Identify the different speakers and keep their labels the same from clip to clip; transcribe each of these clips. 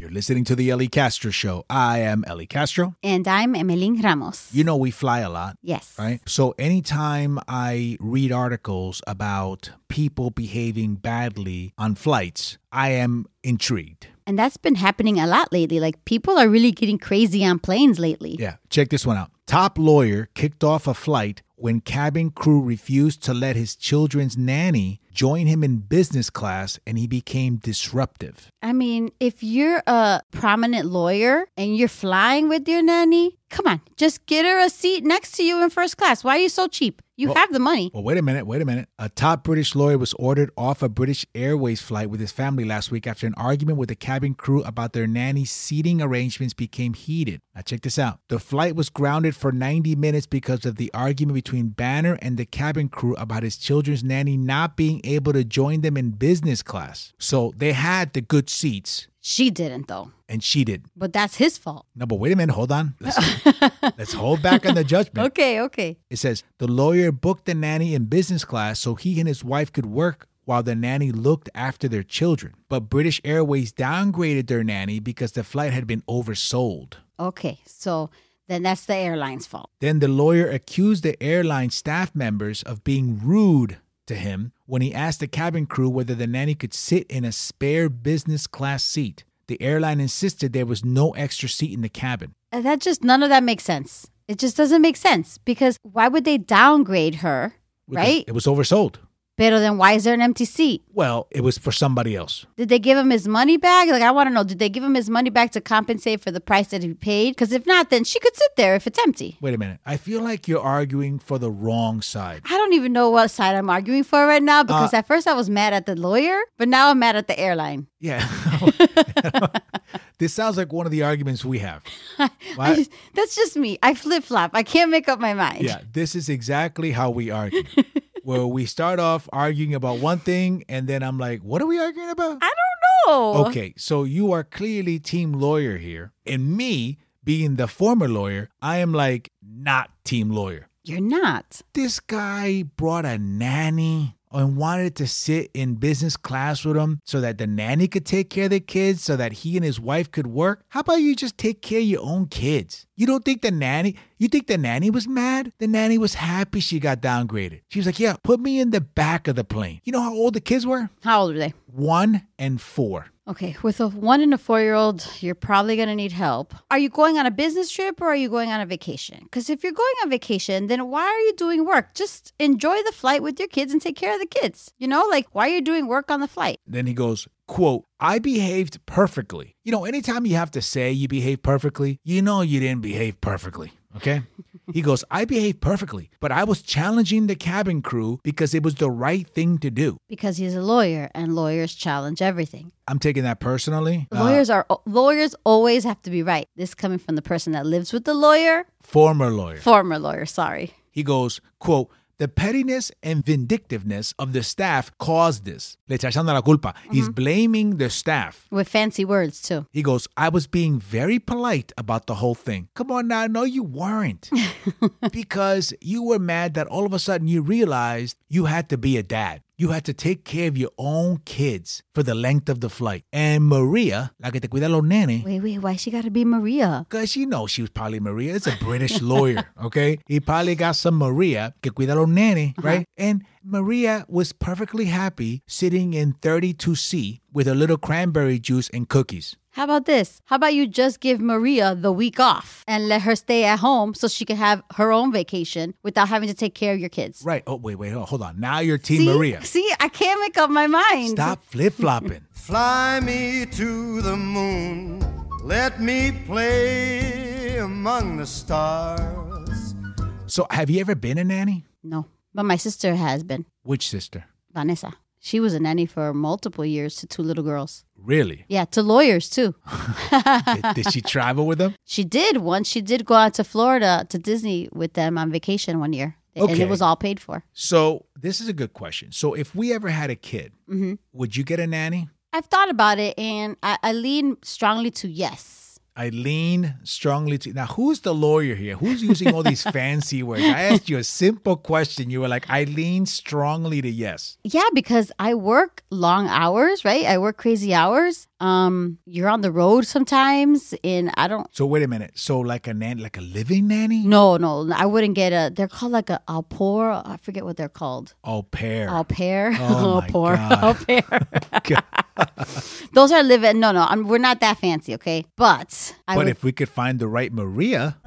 Speaker 1: You're listening to The Ellie Castro Show. I am Ellie Castro.
Speaker 2: And I'm Emeline Ramos.
Speaker 1: You know, we fly a lot.
Speaker 2: yes.
Speaker 1: Right. So anytime I read articles about people behaving badly on flights, I am intrigued.
Speaker 2: And that's been happening a lot lately. Like people are really getting crazy on planes lately.
Speaker 1: Yeah. Check this one out. Top lawyer kicked off a flight when cabin crew refused to let his children's nanny join him in business class and he became disruptive.
Speaker 2: I mean, if you're a prominent lawyer and you're flying with your nanny, come on, just get her a seat next to you in first class. Why are you so cheap? You have the money.
Speaker 1: Well, wait a minute, wait a minute. A top British lawyer was ordered off a British Airways flight with his family last week after an argument with the cabin crew about their nanny's seating arrangements became heated. Now, check this out. The flight was grounded for 90 minutes because of the argument between Banner and the cabin crew about his children's nanny not being able to join them in business class. So they had the good seats,
Speaker 2: She didn't though.
Speaker 1: and she did.
Speaker 2: But that's his fault.
Speaker 1: No, but wait a minute, hold on. Let's, let's hold back on the judgment.
Speaker 2: Okay, okay.
Speaker 1: It says the lawyer booked the nanny in business class so he and his wife could work while the nanny looked after their children. But British Airways downgraded their nanny because the flight had been oversold.
Speaker 2: Okay. So then that's the airline's fault.
Speaker 1: Then the lawyer accused the airline staff members of being rude to him when he asked the cabin crew whether the nanny could sit in a spare business class seat. The airline insisted there was no extra seat in the cabin.
Speaker 2: Uh, That just none of that makes sense. It just doesn't make sense because why would they downgrade her,
Speaker 1: because
Speaker 2: right?
Speaker 1: It was oversold.
Speaker 2: Better than why is there an empty seat?
Speaker 1: Well, it was for somebody else.
Speaker 2: Did they give him his money back? Like, I want to know, did they give him his money back to compensate for the price that he paid? Because if not, then she could sit there if it's empty.
Speaker 1: Wait a minute. I feel like you're arguing for the wrong side.
Speaker 2: I don't even know what side I'm arguing for right
Speaker 1: Uh,
Speaker 2: now because at first I was mad at the lawyer, but now I'm mad at the airline.
Speaker 1: Yeah. this sounds like one of the arguments we have.
Speaker 2: I
Speaker 1: Why-
Speaker 2: just- that's just me. I flip flop. I can't make up my mind.
Speaker 1: yeah, this is exactly how we argue. Where we start off arguing about one thing and then I'm like, what are we arguing about?
Speaker 2: I don't know.
Speaker 1: Okay, so you are clearly team lawyer here. And me, being the former lawyer, I am like not team lawyer.
Speaker 2: You're not.
Speaker 1: This guy brought a nanny and wanted to sit in business class with him so that the nanny could take care of the kids so that he and his wife could work. How about you just take care of your own kids? You don't think the nanny, you think the nanny was mad? The nanny was happy she got downgraded. She was like, yeah, put me in the back of the plane. You know how old the kids were?
Speaker 2: How old are they?
Speaker 1: One and four.
Speaker 2: Okay, with a one and a four year old, you're probably gonna need help. Are you going on a business trip or are you going on a vacation? Because if you're going on vacation, then why are you doing work? Just enjoy the flight with your kids and take care of the kids. You know, like why are you doing work on the flight?
Speaker 1: Then he goes, quote, I behaved perfectly. You know, anytime you have to say you behave perfectly, you know you didn't behave perfectly. Okay. he goes, I behaved perfectly, but I was challenging the cabin crew because it was the right thing to do.
Speaker 2: Because he's a lawyer and lawyers challenge everything.
Speaker 1: I'm taking that personally. Uh,
Speaker 2: lawyers are lawyers always have to be right. This coming from the person that lives with the lawyer,
Speaker 1: former lawyer.
Speaker 2: former lawyer, sorry.
Speaker 1: He goes, quote, the pettiness and vindictiveness of the staff caused this. Le está echando la culpa. He's blaming the staff.
Speaker 2: With fancy words too.
Speaker 1: He goes, I was being very polite about the whole thing. Come on now, no, you weren't. because you were mad that all of a sudden you realized you had to be a dad. You had to take care of your own kids for the length of the flight. And Maria, la que te cuida los nenes,
Speaker 2: Wait, wait, why she gotta be Maria?
Speaker 1: because you know she was probably Maria. It's a British lawyer, okay? He probably got some Maria que cuida los nenes, right? And Maria was perfectly happy sitting in 32C with a little cranberry juice and cookies.
Speaker 2: How about this? How about you just give Maria the week off and let her stay at home so she can have her own vacation without having to take care of your kids?
Speaker 1: Right. Oh, wait, wait, hold hold on. Now you're Team
Speaker 2: See?
Speaker 1: Maria.
Speaker 2: See, I can't make up my mind.
Speaker 1: Stop flip flopping.
Speaker 3: Fly me to the moon. Let me play among the stars.
Speaker 1: so, have you ever been a nanny?
Speaker 2: No, but my sister has been,
Speaker 1: Which sister?
Speaker 2: Vanessa. She was a nanny for multiple years to two little girls.
Speaker 1: Really?
Speaker 2: Yeah, to lawyers too.
Speaker 1: did, did she travel with them?
Speaker 2: She did once. She did go out to Florida to Disney with them on vacation one year, and
Speaker 1: Okay.
Speaker 2: it was all paid for.
Speaker 1: So, this is a good question. So, if we ever had a kid,
Speaker 2: Mm-hmm.
Speaker 1: would you get a nanny?
Speaker 2: I've thought about it, and I, I lean strongly to yes.
Speaker 1: I lean strongly to. Now, who's the lawyer here? Who's using all these fancy words? I asked you a simple question. You were like, I lean strongly to yes.
Speaker 2: Yeah, because I work long hours, right? I work crazy hours. Um, you're on the road sometimes, and I don't.
Speaker 1: So wait a minute. So like a nan, like a living nanny?
Speaker 2: No, no, I wouldn't get a. They're called like a au pair. I forget what they're called.
Speaker 1: Au pair.
Speaker 2: Au pair.
Speaker 1: Oh,
Speaker 2: au
Speaker 1: my
Speaker 2: pair.
Speaker 1: God.
Speaker 2: Au pair. Those are living. No, no, I'm, we're not that fancy, okay? But I
Speaker 1: But
Speaker 2: would
Speaker 1: if we could find the right Maria,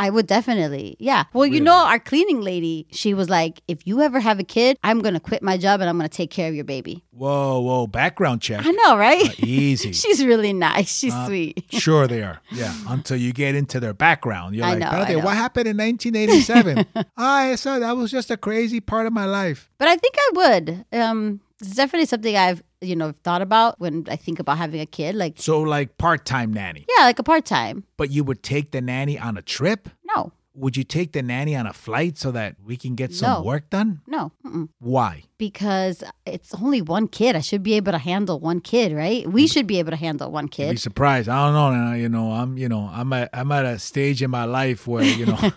Speaker 2: I would definitely. Yeah. Well, you know, our cleaning lady, she was like, if you ever have a kid, I'm going to quit my job and I'm going to take care of your baby.
Speaker 1: whoa, whoa, background check.
Speaker 2: I know, right?
Speaker 1: Uh, Easy. Uh,
Speaker 2: She's really nice. She's sweet.
Speaker 1: Sure, they are. Yeah. Until you get into their background, you're
Speaker 2: I
Speaker 1: like,
Speaker 2: know,
Speaker 1: "Brother,
Speaker 2: I know.
Speaker 1: what happened in 1987? I saw that was just a crazy part of my life.
Speaker 2: But I think I would. Um, it's definitely something I've, you know, thought about when I think about having a kid. Like,
Speaker 1: So, like part time nanny,
Speaker 2: yeah, like a part time.
Speaker 1: but you would take the nanny on a trip?
Speaker 2: No,
Speaker 1: Would you take the nanny on a flight so that we can get some
Speaker 2: No.
Speaker 1: work done?
Speaker 2: no. Mm-mm.
Speaker 1: Why?
Speaker 2: Because it's only one kid. I should be able to handle one kid, right?
Speaker 1: Mm.
Speaker 2: We should be able to handle one
Speaker 1: You'd be
Speaker 2: kid.
Speaker 1: surprised. I don't know. now, You know, I'm. You know, I'm at. I'm at a stage in my life where you know.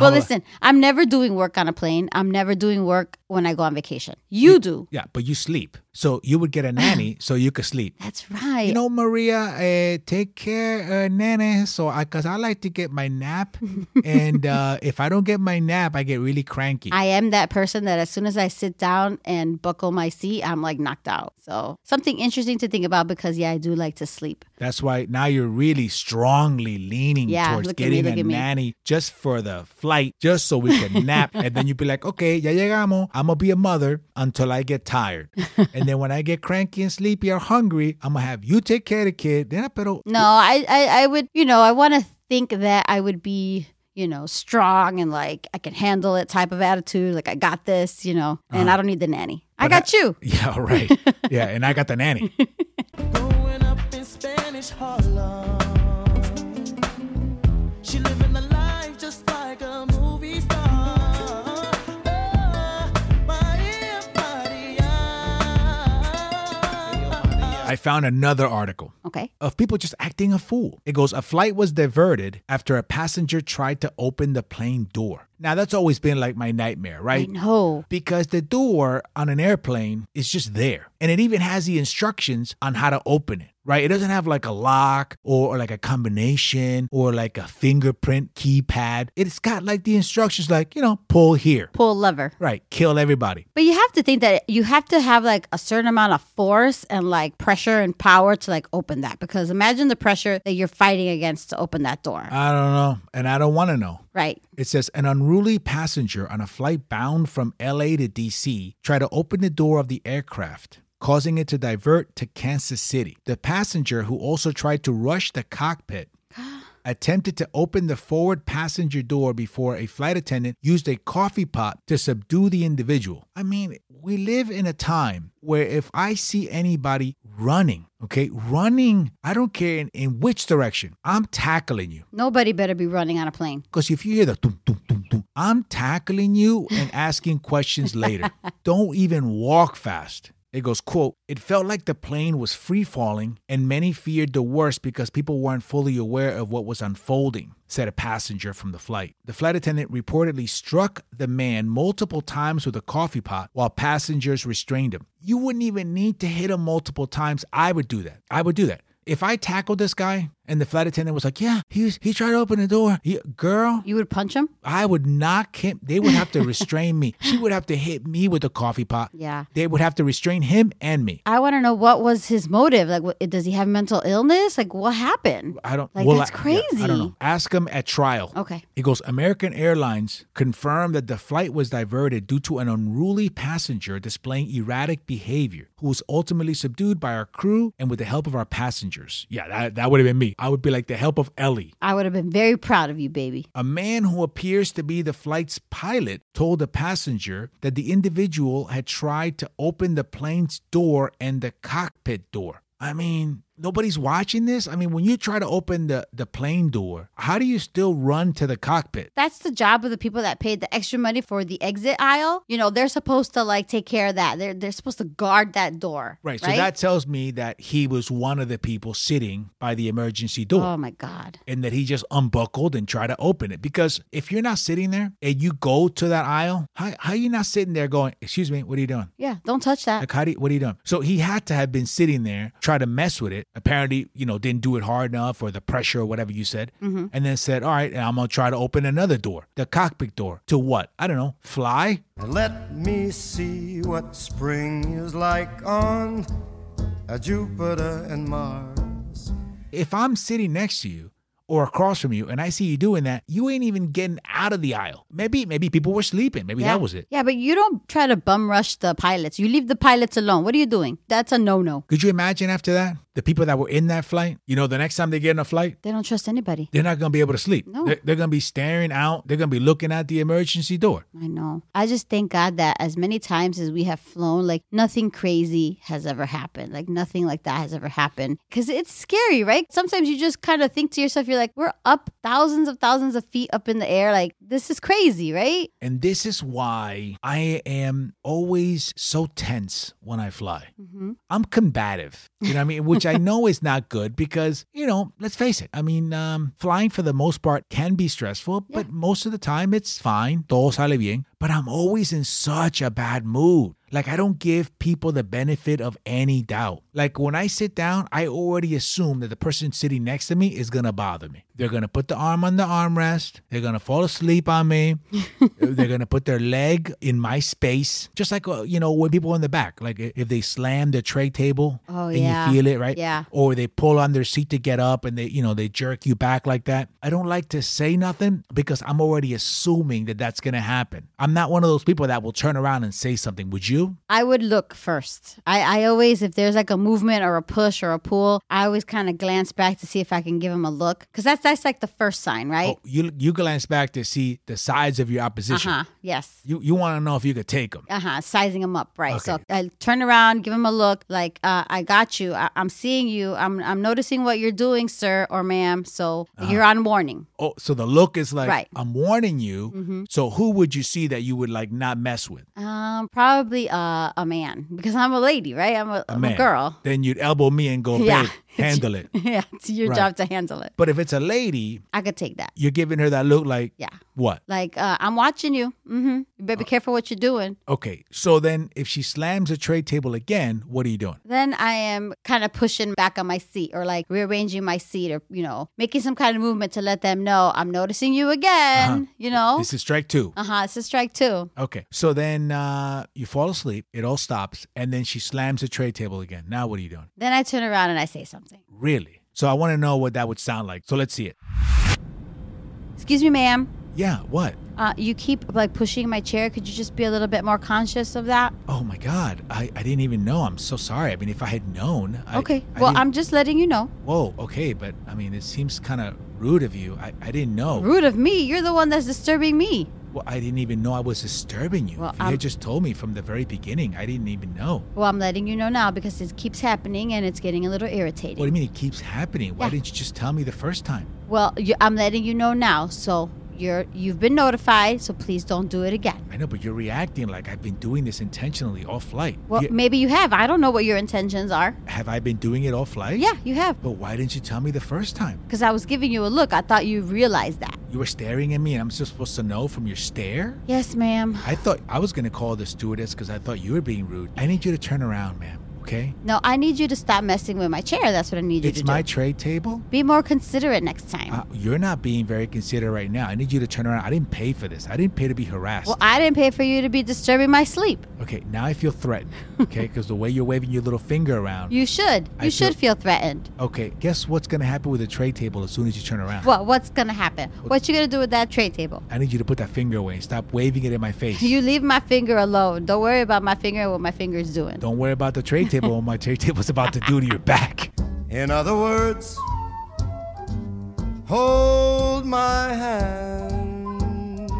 Speaker 2: Well, listen, I'm never doing work on a plane. I'm never doing work when I go on vacation. You do.
Speaker 1: yeah, but you sleep, so you would get a nanny so you could sleep.
Speaker 2: That's right.
Speaker 1: You know, Maria, uh, take care, uh, Nana. So, I, cause I like to get my nap, and uh, if I don't get my nap, I get really cranky.
Speaker 2: I am that person that as soon as I sit down and buckle my seat, I'm like knocked out. So, something interesting to think about because, yeah, I do like to sleep.
Speaker 1: That's why now you're really strongly leaning
Speaker 2: Yeah,
Speaker 1: towards
Speaker 2: look at me,
Speaker 1: getting
Speaker 2: look
Speaker 1: a
Speaker 2: at me.
Speaker 1: nanny just for the flight, just so we can nap. and then you'd be like, okay, ya llegamos. I'm going to be a mother until I get tired. and then when I get cranky and sleepy or hungry, I'm going to have you take care of the kid. Then I pero,
Speaker 2: No, I, I, I would, you know, I want to think that I would be, you know, strong and like I can handle it type of attitude. Like, I got this, you know, and I don't need the nanny. I got you.
Speaker 1: yeah, all right. yeah, and I got the nanny.
Speaker 4: Growing up in Spanish Harlem. She living a life just like a movie star. Oh, Maria, Maria.
Speaker 1: I found another article.
Speaker 2: Okay.
Speaker 1: of people just acting a fool. It goes, a flight was diverted after a passenger tried to open the plane door. Now, that's always been like my nightmare,
Speaker 2: I
Speaker 1: right?
Speaker 2: know.
Speaker 1: Because the door on an airplane is just there. And it even has the instructions on how to open it, right? It doesn't have like a lock or, or like a combination or like a fingerprint keypad. It's got like the instructions, like, you know, pull here,
Speaker 2: Pull lever.
Speaker 1: right? Kill everybody.
Speaker 2: But you have to think that you have to have like a certain amount of force and like pressure and power to like open that because imagine the pressure that you're fighting against to open that door.
Speaker 1: I don't know. And I don't want to know.
Speaker 2: right.
Speaker 1: It says an unruly passenger on a flight bound from LA to DC tried to open the door of the aircraft, causing it to divert to Kansas City. The passenger, who also tried to rush the cockpit, attempted to open the forward passenger door before a flight attendant used a coffee pot to subdue the individual. I mean, we live in a time where if I see anybody running, okay, running, I don't care in, in which direction, I'm tackling you.
Speaker 2: Nobody better be running on a plane.
Speaker 1: Because if you hear the thum, thum, thum, thum, I'm tackling you and asking questions later. Don't even walk fast. It goes, quote, it felt like the plane was free falling and many feared the worst because people weren't fully aware of what was unfolding, said a passenger from the flight. The flight attendant reportedly struck the man multiple times with a coffee pot while passengers restrained him. You wouldn't even need to hit him multiple times. I would do that. I would do that. If I tackled this guy and the flight attendant was like, "Yeah, he was, he tried to open the door," he, girl,
Speaker 2: You would punch him?
Speaker 1: I would knock him. They would have to restrain me. She would have to hit me with a coffee pot.
Speaker 2: Yeah.
Speaker 1: They would have to restrain him and me.
Speaker 2: I want to know what was his motive. Like, what, does he have mental illness? Like, what happened?
Speaker 1: I don't.
Speaker 2: Like,
Speaker 1: well,
Speaker 2: that's
Speaker 1: I- yeah,
Speaker 2: crazy.
Speaker 1: I don't know. Ask him at trial.
Speaker 2: Okay.
Speaker 1: He goes, American Airlines confirmed that the flight was diverted due to an unruly passenger displaying erratic behavior, who was ultimately subdued by our crew and with the help of our passengers. Yeah, that, that would have been me. I would be like the help of Ellie.
Speaker 2: I would have been very proud of you, baby.
Speaker 1: A man who appears to be the flight's pilot told a passenger that the individual had tried to open the plane's door and the cockpit door. I mean, nobody's watching this. I mean, when you try to open the the plane door, how do you still run to the cockpit?
Speaker 2: That's the job of the people that paid the extra money for the exit aisle. You know, they're supposed to like take care of that. They're they're supposed to guard that door.
Speaker 1: Right. So that tells me that he was one of the people sitting by the emergency door.
Speaker 2: Oh my God.
Speaker 1: and that he just unbuckled and tried to open it. Because if you're not sitting there and you go to that aisle, how, how are you not sitting there going, excuse me, what are you doing?
Speaker 2: Yeah, don't touch that.
Speaker 1: Like, how do you, what are you doing? So he had to have been sitting there, try to mess with it. Apparently, you know, didn't do it hard enough or the pressure or whatever you said.
Speaker 2: Mm-hmm.
Speaker 1: And then said, all right, and I'm going to try to open another door, the cockpit door. To what? I don't know. Fly?
Speaker 3: And let me see what spring is like on uh, Jupiter and Mars.
Speaker 1: If I'm sitting next to you, or across from you, and I see you doing that, you ain't even getting out of the aisle. Maybe, maybe people were sleeping. Maybe
Speaker 2: yeah.
Speaker 1: that was it.
Speaker 2: Yeah, but you don't try to bum rush the pilots. You leave the pilots alone. What are you doing? That's a no no.
Speaker 1: Could you imagine after that? The people that were in that flight, you know, the next time they get in a flight,
Speaker 2: They don't trust anybody.
Speaker 1: they're not going to be able to sleep.
Speaker 2: No.
Speaker 1: They're, they're going to be staring out. They're going to be looking at the emergency door.
Speaker 2: I know. I just thank God that as many times as we have flown, like nothing crazy has ever happened. Like nothing like that has ever happened. Cause it's scary, right? Sometimes you just kind of think to yourself, you're like, we're up thousands of thousands of feet up in the air. Like this is crazy, right?
Speaker 1: And this is why I am always so tense when I fly. I'm combative, you know what I mean? Which I know is not good because, you know, let's face it. I mean, um, flying for the most part can be stressful, but most of the time it's fine. Todo sale bien. But I'm always in such a bad mood. Like, I don't give people the benefit of any doubt. Like, when I sit down, I already assume that the person sitting next to me is gonna bother me. They're gonna put the arm on the armrest. They're gonna fall asleep on me. They're gonna put their leg in my space. Just like, uh, you know, when people in the back, like i- if they slam their tray table
Speaker 2: Oh,
Speaker 1: and
Speaker 2: yeah.
Speaker 1: you feel it, right?
Speaker 2: Yeah.
Speaker 1: Or they pull on their seat to get up and they, you know, they jerk you back like that. I don't like to say nothing because I'm already assuming that that's gonna happen. I'm not one of those people that will turn around and say something. Would you?
Speaker 2: I would look first. I, I always, if there's like a movement or a push or a pull, I always kind of glance back to see if I can give them a look. Cause that's, that's like the first sign, right?
Speaker 1: Oh, you you glance back to see the sides of your opposition.
Speaker 2: uh-huh. Yes.
Speaker 1: You you want to know if you could take them.
Speaker 2: Uh huh. Sizing them up, right? So
Speaker 1: Okay.
Speaker 2: I turn around, give him a look, like uh, I got you. I- I'm seeing you. I'm I'm noticing what you're doing, sir or ma'am. So
Speaker 1: Uh-huh.
Speaker 2: you're on warning.
Speaker 1: Oh, so the look is like
Speaker 2: Right. Mm-hmm.
Speaker 1: I'm warning you. So who would you see that you would like not mess with?
Speaker 2: Um, probably uh, a man because I'm a lady, right? I'm a, I'm a
Speaker 1: man.
Speaker 2: girl.
Speaker 1: Then you'd elbow me and go,
Speaker 2: Yeah.
Speaker 1: babe, handle it.
Speaker 2: yeah, it's your
Speaker 1: Right.
Speaker 2: job to handle it.
Speaker 1: But if it's a lady,
Speaker 2: I could take that.
Speaker 1: you're giving her that look like
Speaker 2: Yeah.
Speaker 1: what?
Speaker 2: Like uh, I'm watching you. Mm-hmm. You better be
Speaker 1: Oh.
Speaker 2: careful what you're doing.
Speaker 1: Okay. So then if she slams a tray table again, what are you doing?
Speaker 2: Then I am kind of pushing back on my seat or like rearranging my seat or, you know, making some kind of movement to let them know I'm noticing
Speaker 1: Uh-huh.
Speaker 2: you again, you know?
Speaker 1: This is strike two.
Speaker 2: Uh huh. It's a strike two.
Speaker 1: Okay. So then uh, you fall asleep, it all stops, and then she slams the tray table again. Now what are you doing?
Speaker 2: Then I turn around and I say something.
Speaker 1: Really? So I want to know what that would sound like. So let's see it.
Speaker 2: Excuse me, ma'am.
Speaker 1: Yeah, what?
Speaker 2: Uh, you keep like pushing my chair. Could you just be a little bit more conscious of that?
Speaker 1: Oh my God. I, I didn't even know. I'm so sorry. I mean, if I had known. I,
Speaker 2: okay.
Speaker 1: I
Speaker 2: well,
Speaker 1: didn't-
Speaker 2: I'm just letting you know.
Speaker 1: Whoa, okay, but I mean, it seems kind of rude of you. I, I didn't know.
Speaker 2: Rude of me. You're the one that's disturbing me.
Speaker 1: Well, I didn't even know I was disturbing you.
Speaker 2: Well,
Speaker 1: If you
Speaker 2: I'm-
Speaker 1: had just told me from the very beginning. I didn't even know.
Speaker 2: Well, I'm letting you know now because it keeps happening and it's getting a little irritating.
Speaker 1: What do you mean it keeps happening? Why
Speaker 2: Yeah.
Speaker 1: didn't you just tell me the first time?
Speaker 2: Well, you, I'm letting you know now. So you're you've been notified. So please don't do it again.
Speaker 1: I know, but you're reacting like I've been doing this intentionally all flight.
Speaker 2: Well,
Speaker 1: You-
Speaker 2: maybe you have. I don't know what your intentions are.
Speaker 1: have I been doing it all flight?
Speaker 2: Yeah, you have.
Speaker 1: But why didn't you tell me the first time?
Speaker 2: Because I was giving you a look. I thought you realized that.
Speaker 1: You were staring at me and I'm just supposed to know from your stare?
Speaker 2: Yes, ma'am.
Speaker 1: I thought I was gonna call the stewardess because I thought you were being rude. I need you to turn around, ma'am. Okay?
Speaker 2: No, I need you to stop messing with my chair. That's what I need you
Speaker 1: it's
Speaker 2: to
Speaker 1: my
Speaker 2: do.
Speaker 1: tray table.
Speaker 2: Be more considerate next time.
Speaker 1: Uh, you're not being very considerate right now. I need you to turn around. I didn't pay for this. I didn't pay to be harassed.
Speaker 2: well, I didn't pay for you to be disturbing my sleep.
Speaker 1: okay, now I feel threatened. Okay, because the way you're waving your little finger around.
Speaker 2: You should.
Speaker 1: I
Speaker 2: You should
Speaker 1: feel-
Speaker 2: feel threatened.
Speaker 1: okay, guess what's gonna happen with the tray table as soon as you turn around?
Speaker 2: Well, what's gonna happen? What you gonna do with that tray table?
Speaker 1: I need you to put that finger away and stop waving it in my face.
Speaker 2: You leave my finger alone. Don't worry about my finger and what my finger's doing.
Speaker 1: Don't worry about the tray table. What my tray table's about to do to your back.
Speaker 3: In other words, hold my hand.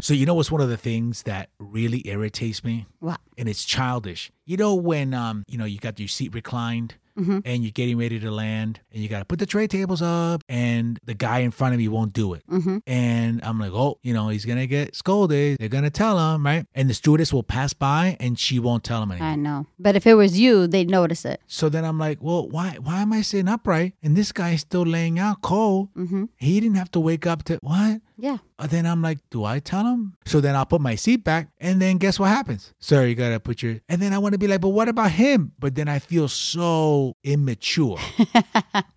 Speaker 1: So you know what's one of the things that really irritates me?
Speaker 2: What?
Speaker 1: and it's childish. You know when um you know you got your seat reclined and you're getting ready to land and you got to put the tray tables up and the guy in front of you won't do it. And I'm like, oh, you know, he's going to get scolded. They're going to tell him, right? And the stewardess will pass by and she won't tell him anything.
Speaker 2: I know. But if it was you, they'd notice it.
Speaker 1: So then I'm like, well, why why am I sitting upright and this guy is still laying out cold? Mm-hmm. He didn't have to wake up to what?
Speaker 2: Yeah.
Speaker 1: Uh, then I'm like, do I tell him? So then I'll put my seat back, and then guess what happens? Sir, you gotta put your. And then I want to be like, but what about him? But then I feel so immature.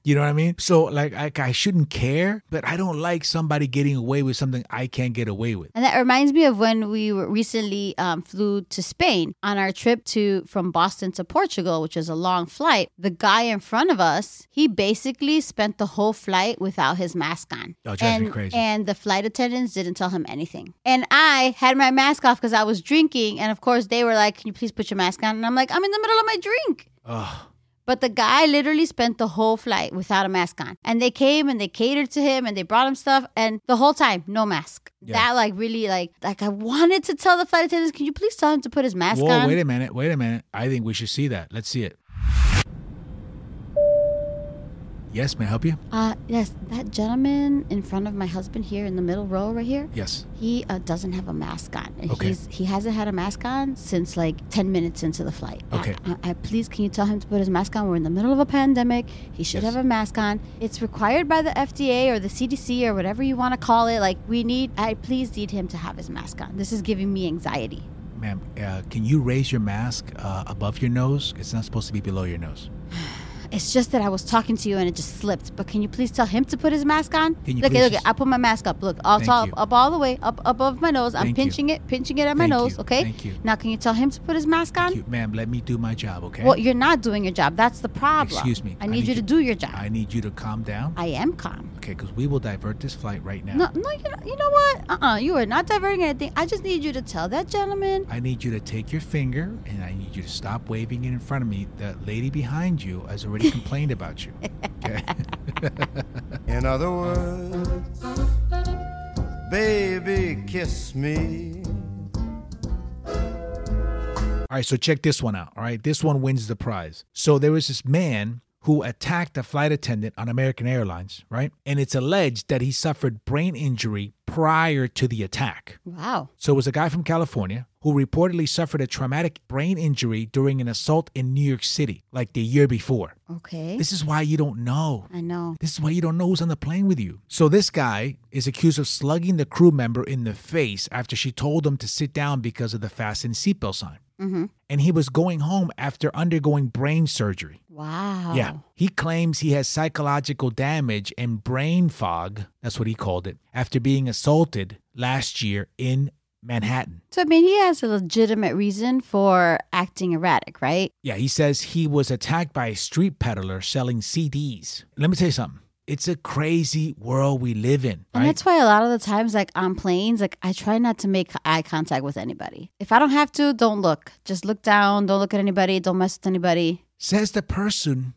Speaker 1: you know what I mean? So like, I, I shouldn't care, but I don't like somebody getting away with something I can't get away with.
Speaker 2: And that reminds me of when we were recently um, flew to Spain on our trip to from Boston to Portugal, which is a long flight. The guy in front of us, he basically spent the whole flight without his mask on.
Speaker 1: Oh, it drives
Speaker 2: and,
Speaker 1: me crazy.
Speaker 2: And the flight attendants didn't tell him anything. And I had my mask off because I was drinking, and of course they were like, "Can you please put your mask on?" And I'm like, "I'm in the middle of my drink."
Speaker 1: Ugh.
Speaker 2: But the guy literally spent the whole flight without a mask on. And they came and they catered to him and they brought him stuff and the whole time, no mask. That like really like like I wanted to tell the flight attendants, can you please tell him to put his mask
Speaker 1: Whoa,
Speaker 2: on?
Speaker 1: wait a minute, wait a minute. I think we should see that. Let's see it. Yes, may I help you?
Speaker 2: Uh yes, that gentleman in front of my husband here in the middle row right here.
Speaker 1: Yes.
Speaker 2: He uh, doesn't have a mask on. And
Speaker 1: Okay.
Speaker 2: He's, he hasn't had a mask on since like 10 minutes into the flight. I-
Speaker 1: Okay.
Speaker 2: I, I, please, can you tell him to put his mask on? We're in the middle of a pandemic. He should
Speaker 1: Yes.
Speaker 2: have a mask on. It's required by the FDA or the CDC or whatever you want to call it. Like, we need, I please need him to have his mask on. This is giving me anxiety.
Speaker 1: Ma'am, uh, can you raise your mask uh, above your nose? It's not supposed to be below your nose.
Speaker 2: It's just that I was talking to you and it just slipped. But can you please tell him to put his mask on?
Speaker 1: Can you
Speaker 2: look,
Speaker 1: please
Speaker 2: look,
Speaker 1: just-
Speaker 2: I put my mask up. Look, all
Speaker 1: Thank
Speaker 2: top,
Speaker 1: you.
Speaker 2: up all the way, up above my nose. I'm
Speaker 1: Thank you.
Speaker 2: pinching it, pinching it at my
Speaker 1: Thank
Speaker 2: nose.
Speaker 1: you.
Speaker 2: Okay.
Speaker 1: Thank you.
Speaker 2: Now, can you tell him to put his mask on?
Speaker 1: Thank you. Ma'am, let me do my job, okay?
Speaker 2: Well, you're not doing your job. That's the problem.
Speaker 1: Excuse me.
Speaker 2: I need, you to do your job.
Speaker 1: I
Speaker 2: I,
Speaker 1: need you to calm down.
Speaker 2: am calm.
Speaker 1: Okay, because we will divert this flight right now.
Speaker 2: No, no, you know, you know what? Uh, uh you are not diverting anything. I just need you to tell that gentleman.
Speaker 1: I need you to take your finger and I need you to stop waving it in front of me. The lady behind you has already complained about you. Okay?
Speaker 3: In other words, baby, kiss me.
Speaker 1: All right, so check this one out. All right, this one wins the prize. So there was this man who attacked a flight attendant on American Airlines, right? And it's alleged that he suffered brain injury prior to the attack.
Speaker 2: Wow.
Speaker 1: So it was a guy from California who reportedly suffered a traumatic brain injury during an assault in New York City, like the year before.
Speaker 2: Okay.
Speaker 1: This is why you don't know.
Speaker 2: I know.
Speaker 1: This is why you don't know who's on the plane with you. So this guy is accused of slugging the crew member in the face after she told him to sit down because of the fasten seatbelt sign. And he was going home after undergoing brain surgery.
Speaker 2: Wow.
Speaker 1: Yeah. He claims he has psychological damage and brain fog, that's what he called it, after being assaulted last year in Manhattan.
Speaker 2: So I mean, he has a legitimate reason for acting erratic, right?
Speaker 1: Yeah, he says he was attacked by a street peddler selling CDs. Let me tell you something. It's a crazy world we live in.
Speaker 2: And
Speaker 1: right?
Speaker 2: that's why a lot of the times, like on planes, like I try not to make eye contact with anybody. If I don't have to, don't look. Just look down. Don't look at anybody. Don't mess with anybody.
Speaker 1: says the person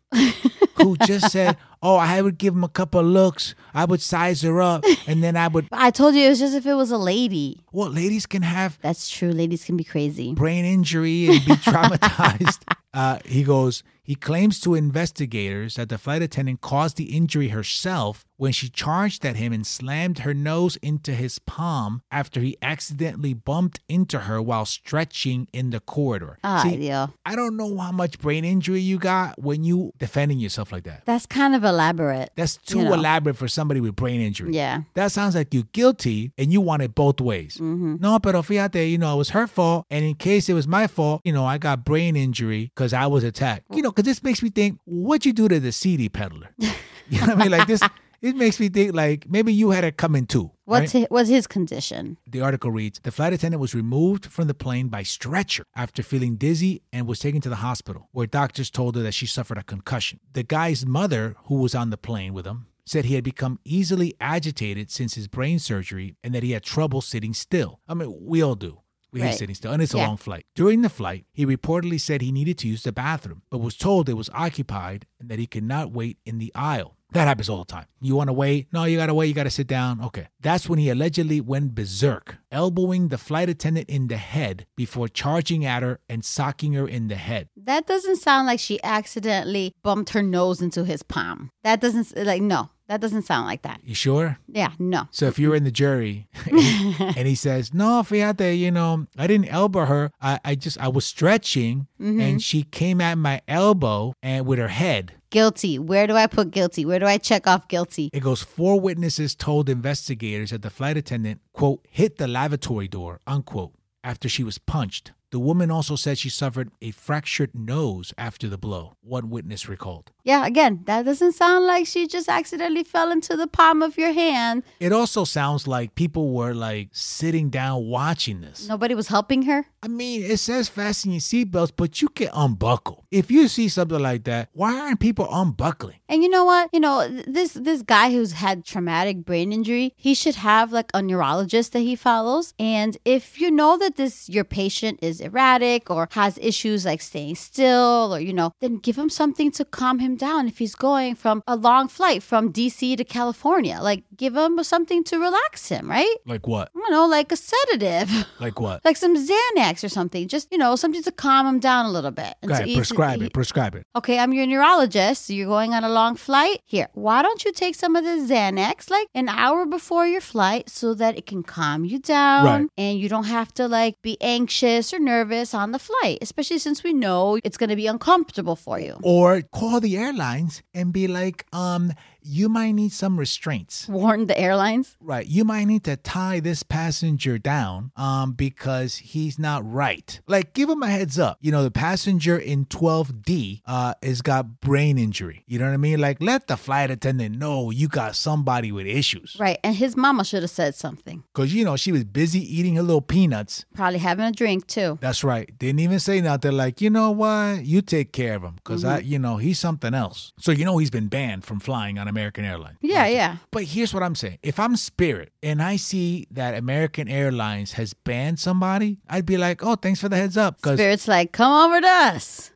Speaker 1: who just said, "Oh, I would give him a couple of looks. I would size her up, and then I would."
Speaker 2: But I told you it was just if it was a lady.
Speaker 1: Well, ladies can have
Speaker 2: That's true. Ladies can be crazy.
Speaker 1: brain injury and be traumatized. uh, he goes. He claims to investigators that the flight attendant caused the injury herself when she charged at him and slammed her nose into his palm after he accidentally bumped into her while stretching in the corridor.
Speaker 2: Ah,
Speaker 1: See,
Speaker 2: yeah.
Speaker 1: I don't know how much brain injury you got when you defending yourself like that.
Speaker 2: That's kind of elaborate.
Speaker 1: That's too
Speaker 2: know.
Speaker 1: elaborate for somebody with brain injury.
Speaker 2: Yeah.
Speaker 1: That sounds like you're guilty and you want it both ways. No, pero fíjate, you know, it was her fault. And in case it was my fault, you know, I got brain injury because I was attacked. You know, because this makes me think, what'd you do to the CD peddler? You know what I mean? Like this, it makes me think, like, maybe you had it coming too. right?
Speaker 2: What's hi what's his condition?
Speaker 1: The article reads The flight attendant was removed from the plane by stretcher after feeling dizzy and was taken to the hospital, where doctors told her that she suffered a concussion. The guy's mother, who was on the plane with him, said he had become easily agitated since his brain surgery and that he had trouble sitting still. I mean, we all do. We hate
Speaker 2: Right.
Speaker 1: sitting still, and it's a
Speaker 2: Yeah.
Speaker 1: long flight. During the flight, he reportedly said he needed to use the bathroom, but was told it was occupied and that he could not wait in the aisle. That happens all the time. You want to wait? No, you got to wait. You got to sit down. Okay. That's when he allegedly went berserk, elbowing the flight attendant in the head before charging at her and socking her in the head.
Speaker 2: That doesn't sound like she accidentally bumped her nose into his palm. That doesn't, like, no, that doesn't sound like that.
Speaker 1: You sure?
Speaker 2: Yeah, no.
Speaker 1: So if you were in the jury and he says, No, fíjate, you know, I didn't elbow her. I, I just, I was stretching and she came at my elbow and with her head.
Speaker 2: Guilty. Where do I put guilty? Where do I check off guilty?
Speaker 1: It goes, Four witnesses told investigators that the flight attendant, quote, hit the lavatory door, unquote, after she was punched. The woman also said she suffered a fractured nose after the blow, one witness recalled.
Speaker 2: Yeah, again, that doesn't sound like she just accidentally fell into the palm of your hand.
Speaker 1: It also sounds like people were like sitting down watching this.
Speaker 2: Nobody was helping her.
Speaker 1: I mean, it says fasten your seatbelts, but you can unbuckle. If you see something like that, why aren't people unbuckling?
Speaker 2: And you know what? You know, th- this this guy who's had traumatic brain injury, he should have like a neurologist that he follows. And if you know that this your patient is erratic or has issues like staying still or you know, then give him something to calm him down if he's going from a long flight from DC to California. Like give him something to relax him, right?
Speaker 1: Like what?
Speaker 2: I don't know, like a sedative.
Speaker 1: Like what?
Speaker 2: Like some Xanax or something, just you know, something to calm him down a little bit.
Speaker 1: Go
Speaker 2: And to
Speaker 1: ahead,
Speaker 2: ease-
Speaker 1: prescribe it, prescribe it.
Speaker 2: Okay, I'm your neurologist. You're going on a long flight. Here, why don't you take some of the Xanax like an hour before your flight so that it can calm you down
Speaker 1: Right.
Speaker 2: and you don't have to like be anxious or nervous on the flight, especially since we know it's going to be uncomfortable for you.
Speaker 1: Or call the airlines and be like, um, you might need some restraints.
Speaker 2: Warn the airlines.
Speaker 1: Right. You might need to tie this passenger down um, because he's not right. Like, give him a heads up. You know, the passenger in 12D uh, has got brain injury. You know what I mean? Like, let the flight attendant know you got somebody with issues.
Speaker 2: Right. And his mama should have said something.
Speaker 1: Because, you know, she was busy eating her little peanuts.
Speaker 2: Probably having a drink too.
Speaker 1: That's right. Didn't even say nothing. Like, you know what? You take care of him because I,
Speaker 2: Mm-hmm.
Speaker 1: you know, he's something else. So, you know, he's been banned from flying on American Airlines.
Speaker 2: Yeah, yeah.
Speaker 1: But here's what I'm saying. If I'm Spirit and I see that American Airlines has banned somebody, I'd be like, oh, thanks for the heads up. Because
Speaker 2: Spirit's like, come over to us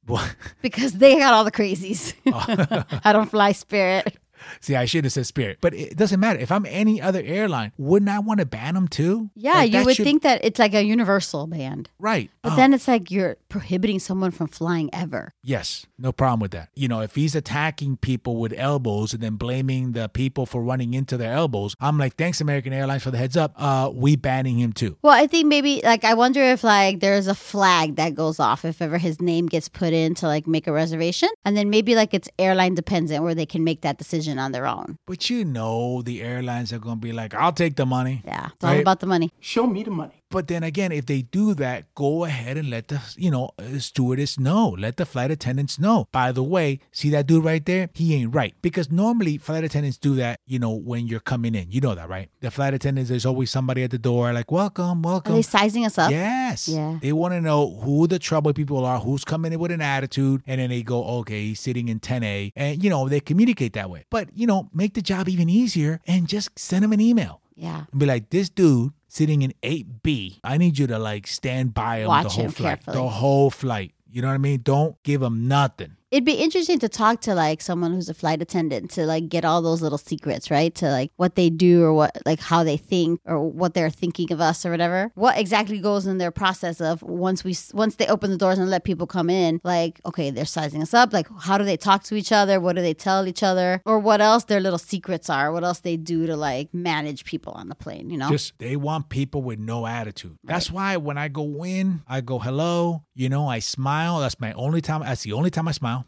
Speaker 2: because they got all the crazies. I don't fly Spirit.
Speaker 1: see, I should have said Spirit, but it doesn't matter. If I'm any other airline, wouldn't I want to ban them too?
Speaker 2: Yeah,
Speaker 1: Like,
Speaker 2: you
Speaker 1: that
Speaker 2: would
Speaker 1: should-
Speaker 2: think that it's like a universal band.
Speaker 1: Right.
Speaker 2: But
Speaker 1: Oh,
Speaker 2: then it's like you're prohibiting someone from flying ever.
Speaker 1: yes, no problem with that. You know, if he's attacking people with elbows and then blaming the people for running into their elbows, I'm like, thanks American Airlines for the heads up. Uh, we banning him too.
Speaker 2: Well, I think maybe like I wonder if like there's a flag that goes off if ever his name gets put in to like make a reservation, and then maybe like it's airline dependent where they can make that decision on their own.
Speaker 1: But you know, the airlines are going to be like, I'll take the money.
Speaker 2: Yeah, it's all
Speaker 1: Right.
Speaker 2: about the money.
Speaker 4: Show me the money.
Speaker 1: But then again, if they do that, go ahead and let the you know uh, stewardess know, let the flight attendants know. By the way, see that dude right there? He ain't right because normally flight attendants do that. You know when you're coming in, you know that, right? The flight attendants, there's always somebody at the door like, "Welcome,
Speaker 2: Are
Speaker 1: welcome."
Speaker 2: they sizing us up?
Speaker 1: Yes.
Speaker 2: Yeah.
Speaker 1: They want to know who the trouble people are, who's coming in with an attitude, and then they go, okay, he's sitting in 10A. And, you know, they communicate that way. But, you know, make the job even easier and just send them an email
Speaker 2: Yeah.
Speaker 1: and be like, this dude sitting in 8B, I need you to like stand by him the
Speaker 2: Watch
Speaker 1: whole
Speaker 2: him
Speaker 1: flight. The
Speaker 2: carefully.
Speaker 1: whole flight. You know what I mean? Don't give him nothing.
Speaker 2: It'd be interesting to talk to like someone who's a flight attendant to like get all those little secrets, right? To like what they do or what like how they think or what they're thinking of us or whatever. What exactly goes in their process of once we once they open the doors and let people come in, like okay, they're sizing us up. Like how do they talk to each other? What do they tell each other? Or what else their little secrets are? What else they do to like manage people on the plane? You know?
Speaker 1: Just they want people with no attitude. That's why when I go in, I go hello. You know, I smile. That's my only time. That's the only time I smile.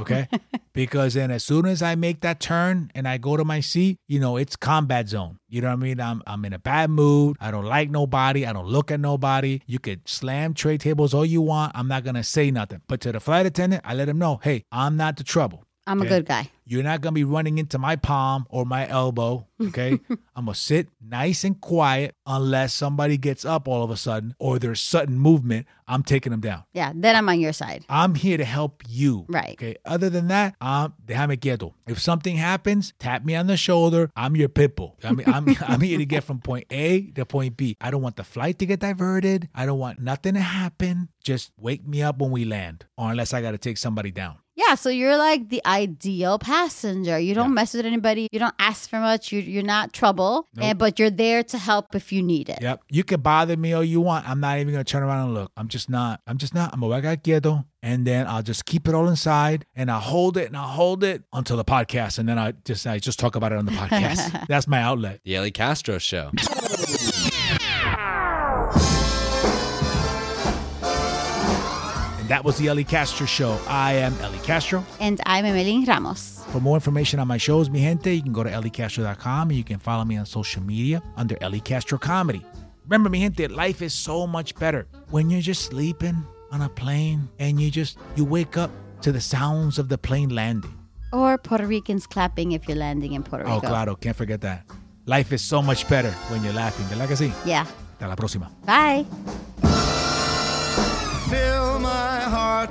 Speaker 1: Okay, because then as soon as I make that turn and I go to my seat, you know, it's combat zone. You know what I mean? I'm I'm in a bad mood. I don't like nobody. I don't look at nobody. You could slam tray tables all you want. I'm not gonna say nothing. But to the flight attendant, I let him know, hey, I'm not the trouble.
Speaker 2: I'm a
Speaker 1: Okay.
Speaker 2: good guy.
Speaker 1: You're not gonna be running into my palm or my elbow. Okay. I'm gonna sit nice and quiet unless somebody gets up all of a sudden or there's sudden movement. I'm taking them down.
Speaker 2: Yeah. Then I'm on your side.
Speaker 1: I'm here to help you.
Speaker 2: Right.
Speaker 1: Okay. Other than that, um, déjame quieto. If something happens, tap me on the shoulder. I'm your pit bull. I mean, I'm I'm here to get from point A to point B. I don't want the flight to get diverted. I don't want nothing to happen. Just wake me up when we land, or unless I got to take somebody down.
Speaker 2: Yeah, so you're like the ideal passenger. You don't mess with anybody. You don't ask for much. You, you're not trouble, and, but you're there to help if you need it.
Speaker 1: Yep. You can bother me all you want. I'm not even gonna turn around and look. I'm just not. I'm just not. I'm gonna wag quieto, and then I'll just keep it all inside, and I'll hold it and I'll hold it until the podcast, and then I just I just talk about it on the podcast. That's my outlet.
Speaker 5: The Ellie Castro Show.
Speaker 1: And that was the Ellie Castro Show. I am Ellie Castro.
Speaker 2: And I'm Emeline Ramos.
Speaker 1: For more information on my shows, mi gente, you can go to E elliecastro.com and you can follow me on social media under Ellie Castro Comedy. Remember, mi gente, life is so much better when you're just sleeping on a plane and you just you wake up to the sounds of the plane landing.
Speaker 2: Or Puerto Ricans clapping if you're landing in Puerto Rico.
Speaker 1: Oh, claro, can't forget that. Life is so much better when you're laughing. ¿Verdad que sí?
Speaker 2: Yeah.
Speaker 1: Hasta la próxima.
Speaker 2: Bye.
Speaker 3: Fill my heart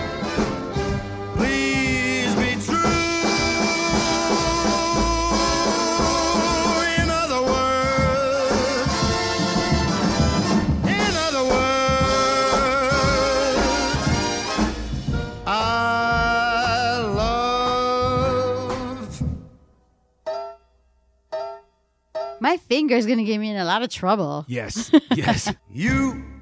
Speaker 3: please be true. In other words, in other words, I love.
Speaker 2: My finger's going to get me in a lot of trouble.
Speaker 1: Yes. Yes.
Speaker 3: You